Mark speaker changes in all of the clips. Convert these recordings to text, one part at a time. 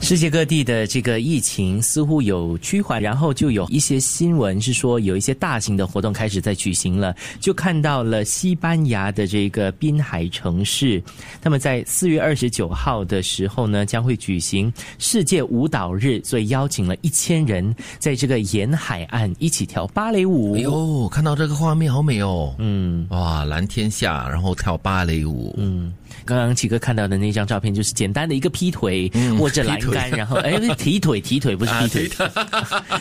Speaker 1: 世界各地的这个疫情似乎有趋缓，然后就有一些新闻是说有一些大型的活动开始在举行了，就看到了西班牙的这个滨海城市，他们在四月二十九号的时候呢，将会举行世界舞蹈日，所以邀请了一千人在这个沿海岸一起跳芭蕾舞。
Speaker 2: 哎呦，看到这个画面好美哦！
Speaker 1: 嗯
Speaker 2: 哇，蓝天下，然后跳芭蕾舞，
Speaker 1: 嗯，刚刚奇哥看到的那张照片就是简单的一个劈腿，握着栏杆，然后哎，不是提腿提腿不是
Speaker 2: 啊，
Speaker 1: 劈腿，
Speaker 2: 的，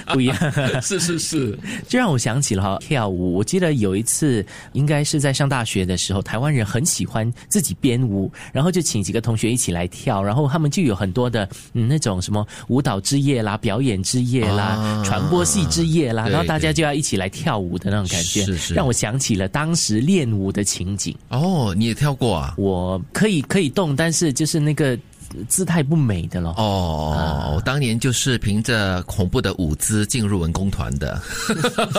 Speaker 1: 不一样。
Speaker 2: 是是是，
Speaker 1: 这让我想起了哈跳舞。我记得有一次，应该是在上大学的时候，台湾人很喜欢自己编舞，然后就请几个同学一起来跳，然后他们就有很多的嗯那种什么舞蹈之夜啦、表演之夜啦、
Speaker 2: 啊
Speaker 1: 传播系之夜啦，
Speaker 2: 对
Speaker 1: 然后大家就要一起来跳舞的那种感觉，
Speaker 2: 是是
Speaker 1: 让我想起了当时练舞的情景。
Speaker 2: 哦，你也跳过啊？
Speaker 1: 我可以可以动，但是就是那个呃姿态不美的咯。
Speaker 2: 哦，我当年就是凭着恐怖的舞姿进入文工团的，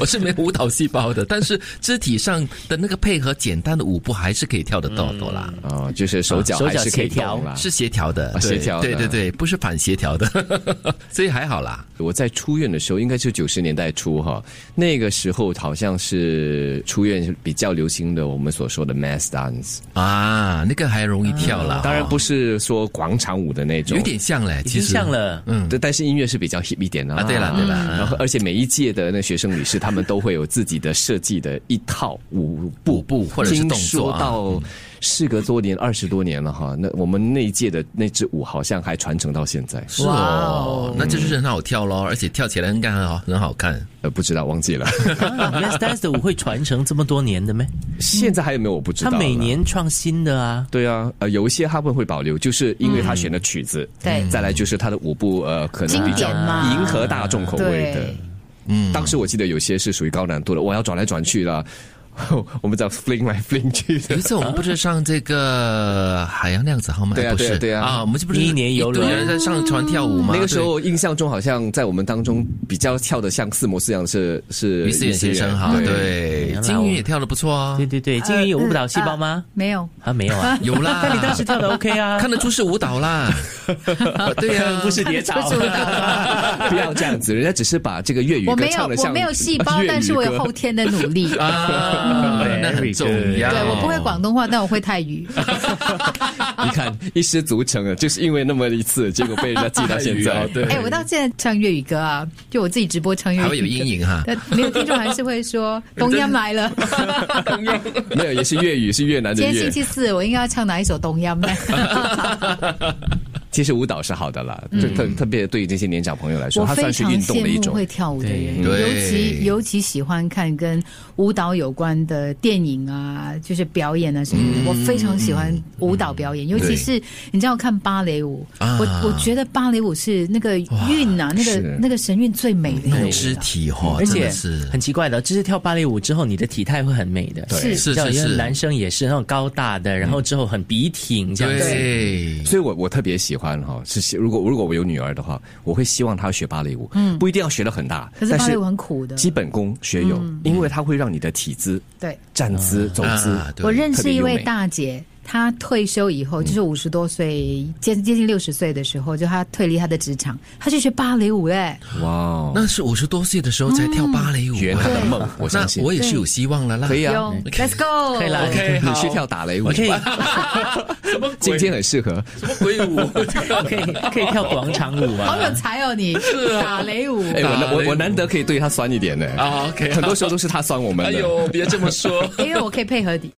Speaker 2: 我是没舞蹈细胞的，但是肢体上的那个配合简单的舞步还是可以跳得到的啦。
Speaker 3: 哦，就是手脚
Speaker 1: 手
Speaker 3: 还
Speaker 1: 脚
Speaker 3: 是可以
Speaker 1: 协调
Speaker 3: 动啦。
Speaker 2: 是嗯啊协调的，
Speaker 3: 啊
Speaker 2: 对
Speaker 3: 协调的
Speaker 2: 对对对，不是反协调的， 所以还好啦。
Speaker 3: 我在出院的时候，应该是九十年代初哈，那个时候好像是出院比较流行的我们所说的 mass dance，嗯
Speaker 2: 啊，那个还容易跳啦。
Speaker 3: 当然不
Speaker 2: 哦，
Speaker 3: 是说广场舞的那种，
Speaker 2: 有点像嘞，
Speaker 1: 已
Speaker 2: 其
Speaker 1: 经
Speaker 2: 实
Speaker 1: 像， 了，
Speaker 2: 嗯，
Speaker 3: 对，但是音乐是比较 hip 一点的
Speaker 2: 啊对啦对啦
Speaker 3: 然后而且每一届的那学生女士，她们都会有自己的设计的一套舞步
Speaker 2: 舞步或者是动
Speaker 3: 听
Speaker 2: 作
Speaker 3: 说
Speaker 2: 啊
Speaker 3: 到事隔多年，二十多年了哈，那我们那一届的那支舞好像还传承到现在，
Speaker 2: 是
Speaker 1: 哇
Speaker 2: 哦
Speaker 1: 哦，
Speaker 2: 那这就是很好跳咯，而且跳起来应该很好，很好看。
Speaker 3: 呃，不知道忘记了，
Speaker 1: 啊 Let's Dance 的舞会传承这么多年 的咩？
Speaker 3: 现在还有没有我不知
Speaker 1: 他
Speaker 3: 道了。
Speaker 1: 每年创新的啊，
Speaker 3: 对啊，呃，有一些他们会保留，就是因为他选的曲子，
Speaker 4: 嗯对
Speaker 3: 再来就是他的舞步，呃，可能比
Speaker 4: 经
Speaker 3: 较
Speaker 4: 典嘛
Speaker 3: 迎合大众口味的
Speaker 4: 对。
Speaker 2: 嗯，
Speaker 3: 当时我记得有些是属于高难度的，我要转来转去啦， 我们这样 fling 来 fling 去的
Speaker 1: 啊
Speaker 2: 有一。次我们不是上这个海洋量子号吗？
Speaker 3: 对啊
Speaker 2: 不是
Speaker 3: 对啊对啊
Speaker 2: 啊，我们这不是
Speaker 1: 一年游轮
Speaker 2: 一堆人在上船跳舞吗？
Speaker 3: 那个时候印象中好像在我们当中比较跳的像四模四样是是
Speaker 2: 对于思远先生哈，
Speaker 3: 于思远
Speaker 2: 对
Speaker 1: 呃原来，我
Speaker 2: 金鱼也跳的不错啊。
Speaker 1: 对，对对，金鱼有舞蹈细胞吗？
Speaker 4: 没有，
Speaker 1: 啊，没有啊
Speaker 2: 有啦。
Speaker 1: 呃嗯 那你当时跳的 OK 啊？
Speaker 2: 看得出是舞 蹈啦，啊对啊呀，
Speaker 1: 不是 跌倒，
Speaker 3: 不要这样子，人家只是把这个粤语
Speaker 4: 我
Speaker 3: 歌
Speaker 4: 没有
Speaker 3: 唱的，
Speaker 4: 我
Speaker 3: 像
Speaker 4: 没有细胞
Speaker 3: 粤，语
Speaker 4: 但是我有
Speaker 3: 歌
Speaker 4: 后天的努力。
Speaker 2: 啊，那很重要。
Speaker 4: 对，我不会广东话，但我会泰语。
Speaker 3: 你看一失足成啊，就是因为那么一次，结果被人家记到现 在。
Speaker 2: 对，
Speaker 4: 哎，我到现在唱粤语歌啊，就我自己直播唱粤语
Speaker 2: 还
Speaker 4: 歌，
Speaker 2: 会有阴影哈。
Speaker 4: 但没有听众还是会说东央来了。
Speaker 3: 没有，也是粤语，是越南的
Speaker 4: 今天
Speaker 3: 粤
Speaker 4: 星。期四，我应该要唱哪一首东央呢？
Speaker 3: 其实舞蹈是好的啦，就
Speaker 2: 嗯
Speaker 3: 特特别对于这些年长朋友来说，
Speaker 4: 嗯我
Speaker 3: 它
Speaker 4: 非
Speaker 3: 算是
Speaker 4: 常
Speaker 3: 运动的一
Speaker 4: 羡慕
Speaker 3: 种
Speaker 4: 会。跳舞的人，
Speaker 2: 对
Speaker 4: 尤
Speaker 2: 对
Speaker 4: 其尤其喜欢看跟舞蹈有关的电影啊，就是表演啊什么的。
Speaker 3: 嗯
Speaker 4: 我非常喜欢舞蹈表演，尤其是你知道看芭蕾舞，
Speaker 2: 啊
Speaker 4: 我我觉得芭蕾舞是那个韵啊，那个
Speaker 3: 是嗯
Speaker 4: 那个神韵最美的
Speaker 2: 那
Speaker 4: 那
Speaker 2: 种
Speaker 4: 个
Speaker 2: 肢体哈，
Speaker 1: 而
Speaker 2: 真
Speaker 1: 且
Speaker 2: 的是
Speaker 1: 很奇怪的，就是跳芭蕾舞之后，你的体态会很美的。
Speaker 4: 是
Speaker 2: 是
Speaker 1: 像
Speaker 2: 是
Speaker 1: 因为
Speaker 2: 是，
Speaker 1: 男生也是那种高大的，然后之后很笔挺这样子。
Speaker 2: 对，
Speaker 3: 所以我我特别喜欢哈，是希如果如果我有女儿的话，我会希望她学芭蕾舞，嗯，不一定要学得很大，
Speaker 4: 可是
Speaker 3: 但
Speaker 4: 芭蕾舞很苦的
Speaker 3: 基本功学有，因为它会让你的体姿、
Speaker 4: 对。
Speaker 3: 站姿、走姿
Speaker 2: 啊，对
Speaker 4: 我认
Speaker 3: 特别
Speaker 4: 识一
Speaker 3: 优
Speaker 4: 位
Speaker 3: 美
Speaker 4: 大姐，她退休以后，就是五十多岁，接接近六十岁的时候，就她退离她的职场，她去学芭蕾舞哎嘞。
Speaker 3: 哇哦，
Speaker 2: 那是五十多岁的时候才跳芭蕾舞啊，
Speaker 3: 圆她的梦，我相信
Speaker 2: 那我也是有希望了啦。
Speaker 3: 可以啊
Speaker 4: 用，，Let's go，
Speaker 1: 可以啦
Speaker 3: 你去跳打雷舞
Speaker 1: 我，可以，
Speaker 3: 今天很适合。
Speaker 2: 鬼 舞，
Speaker 1: 我 可以，可以跳广场舞啊吗？
Speaker 4: 好有才哦你，打雷舞。
Speaker 3: 哎，我难
Speaker 2: 打雷
Speaker 3: 我
Speaker 2: 舞
Speaker 3: 我难得可以对她酸一点呢，
Speaker 2: 啊，OK，哎
Speaker 3: 很多时候都是她酸我们的。
Speaker 2: 别这么说。
Speaker 4: 哎因为我可以配合你。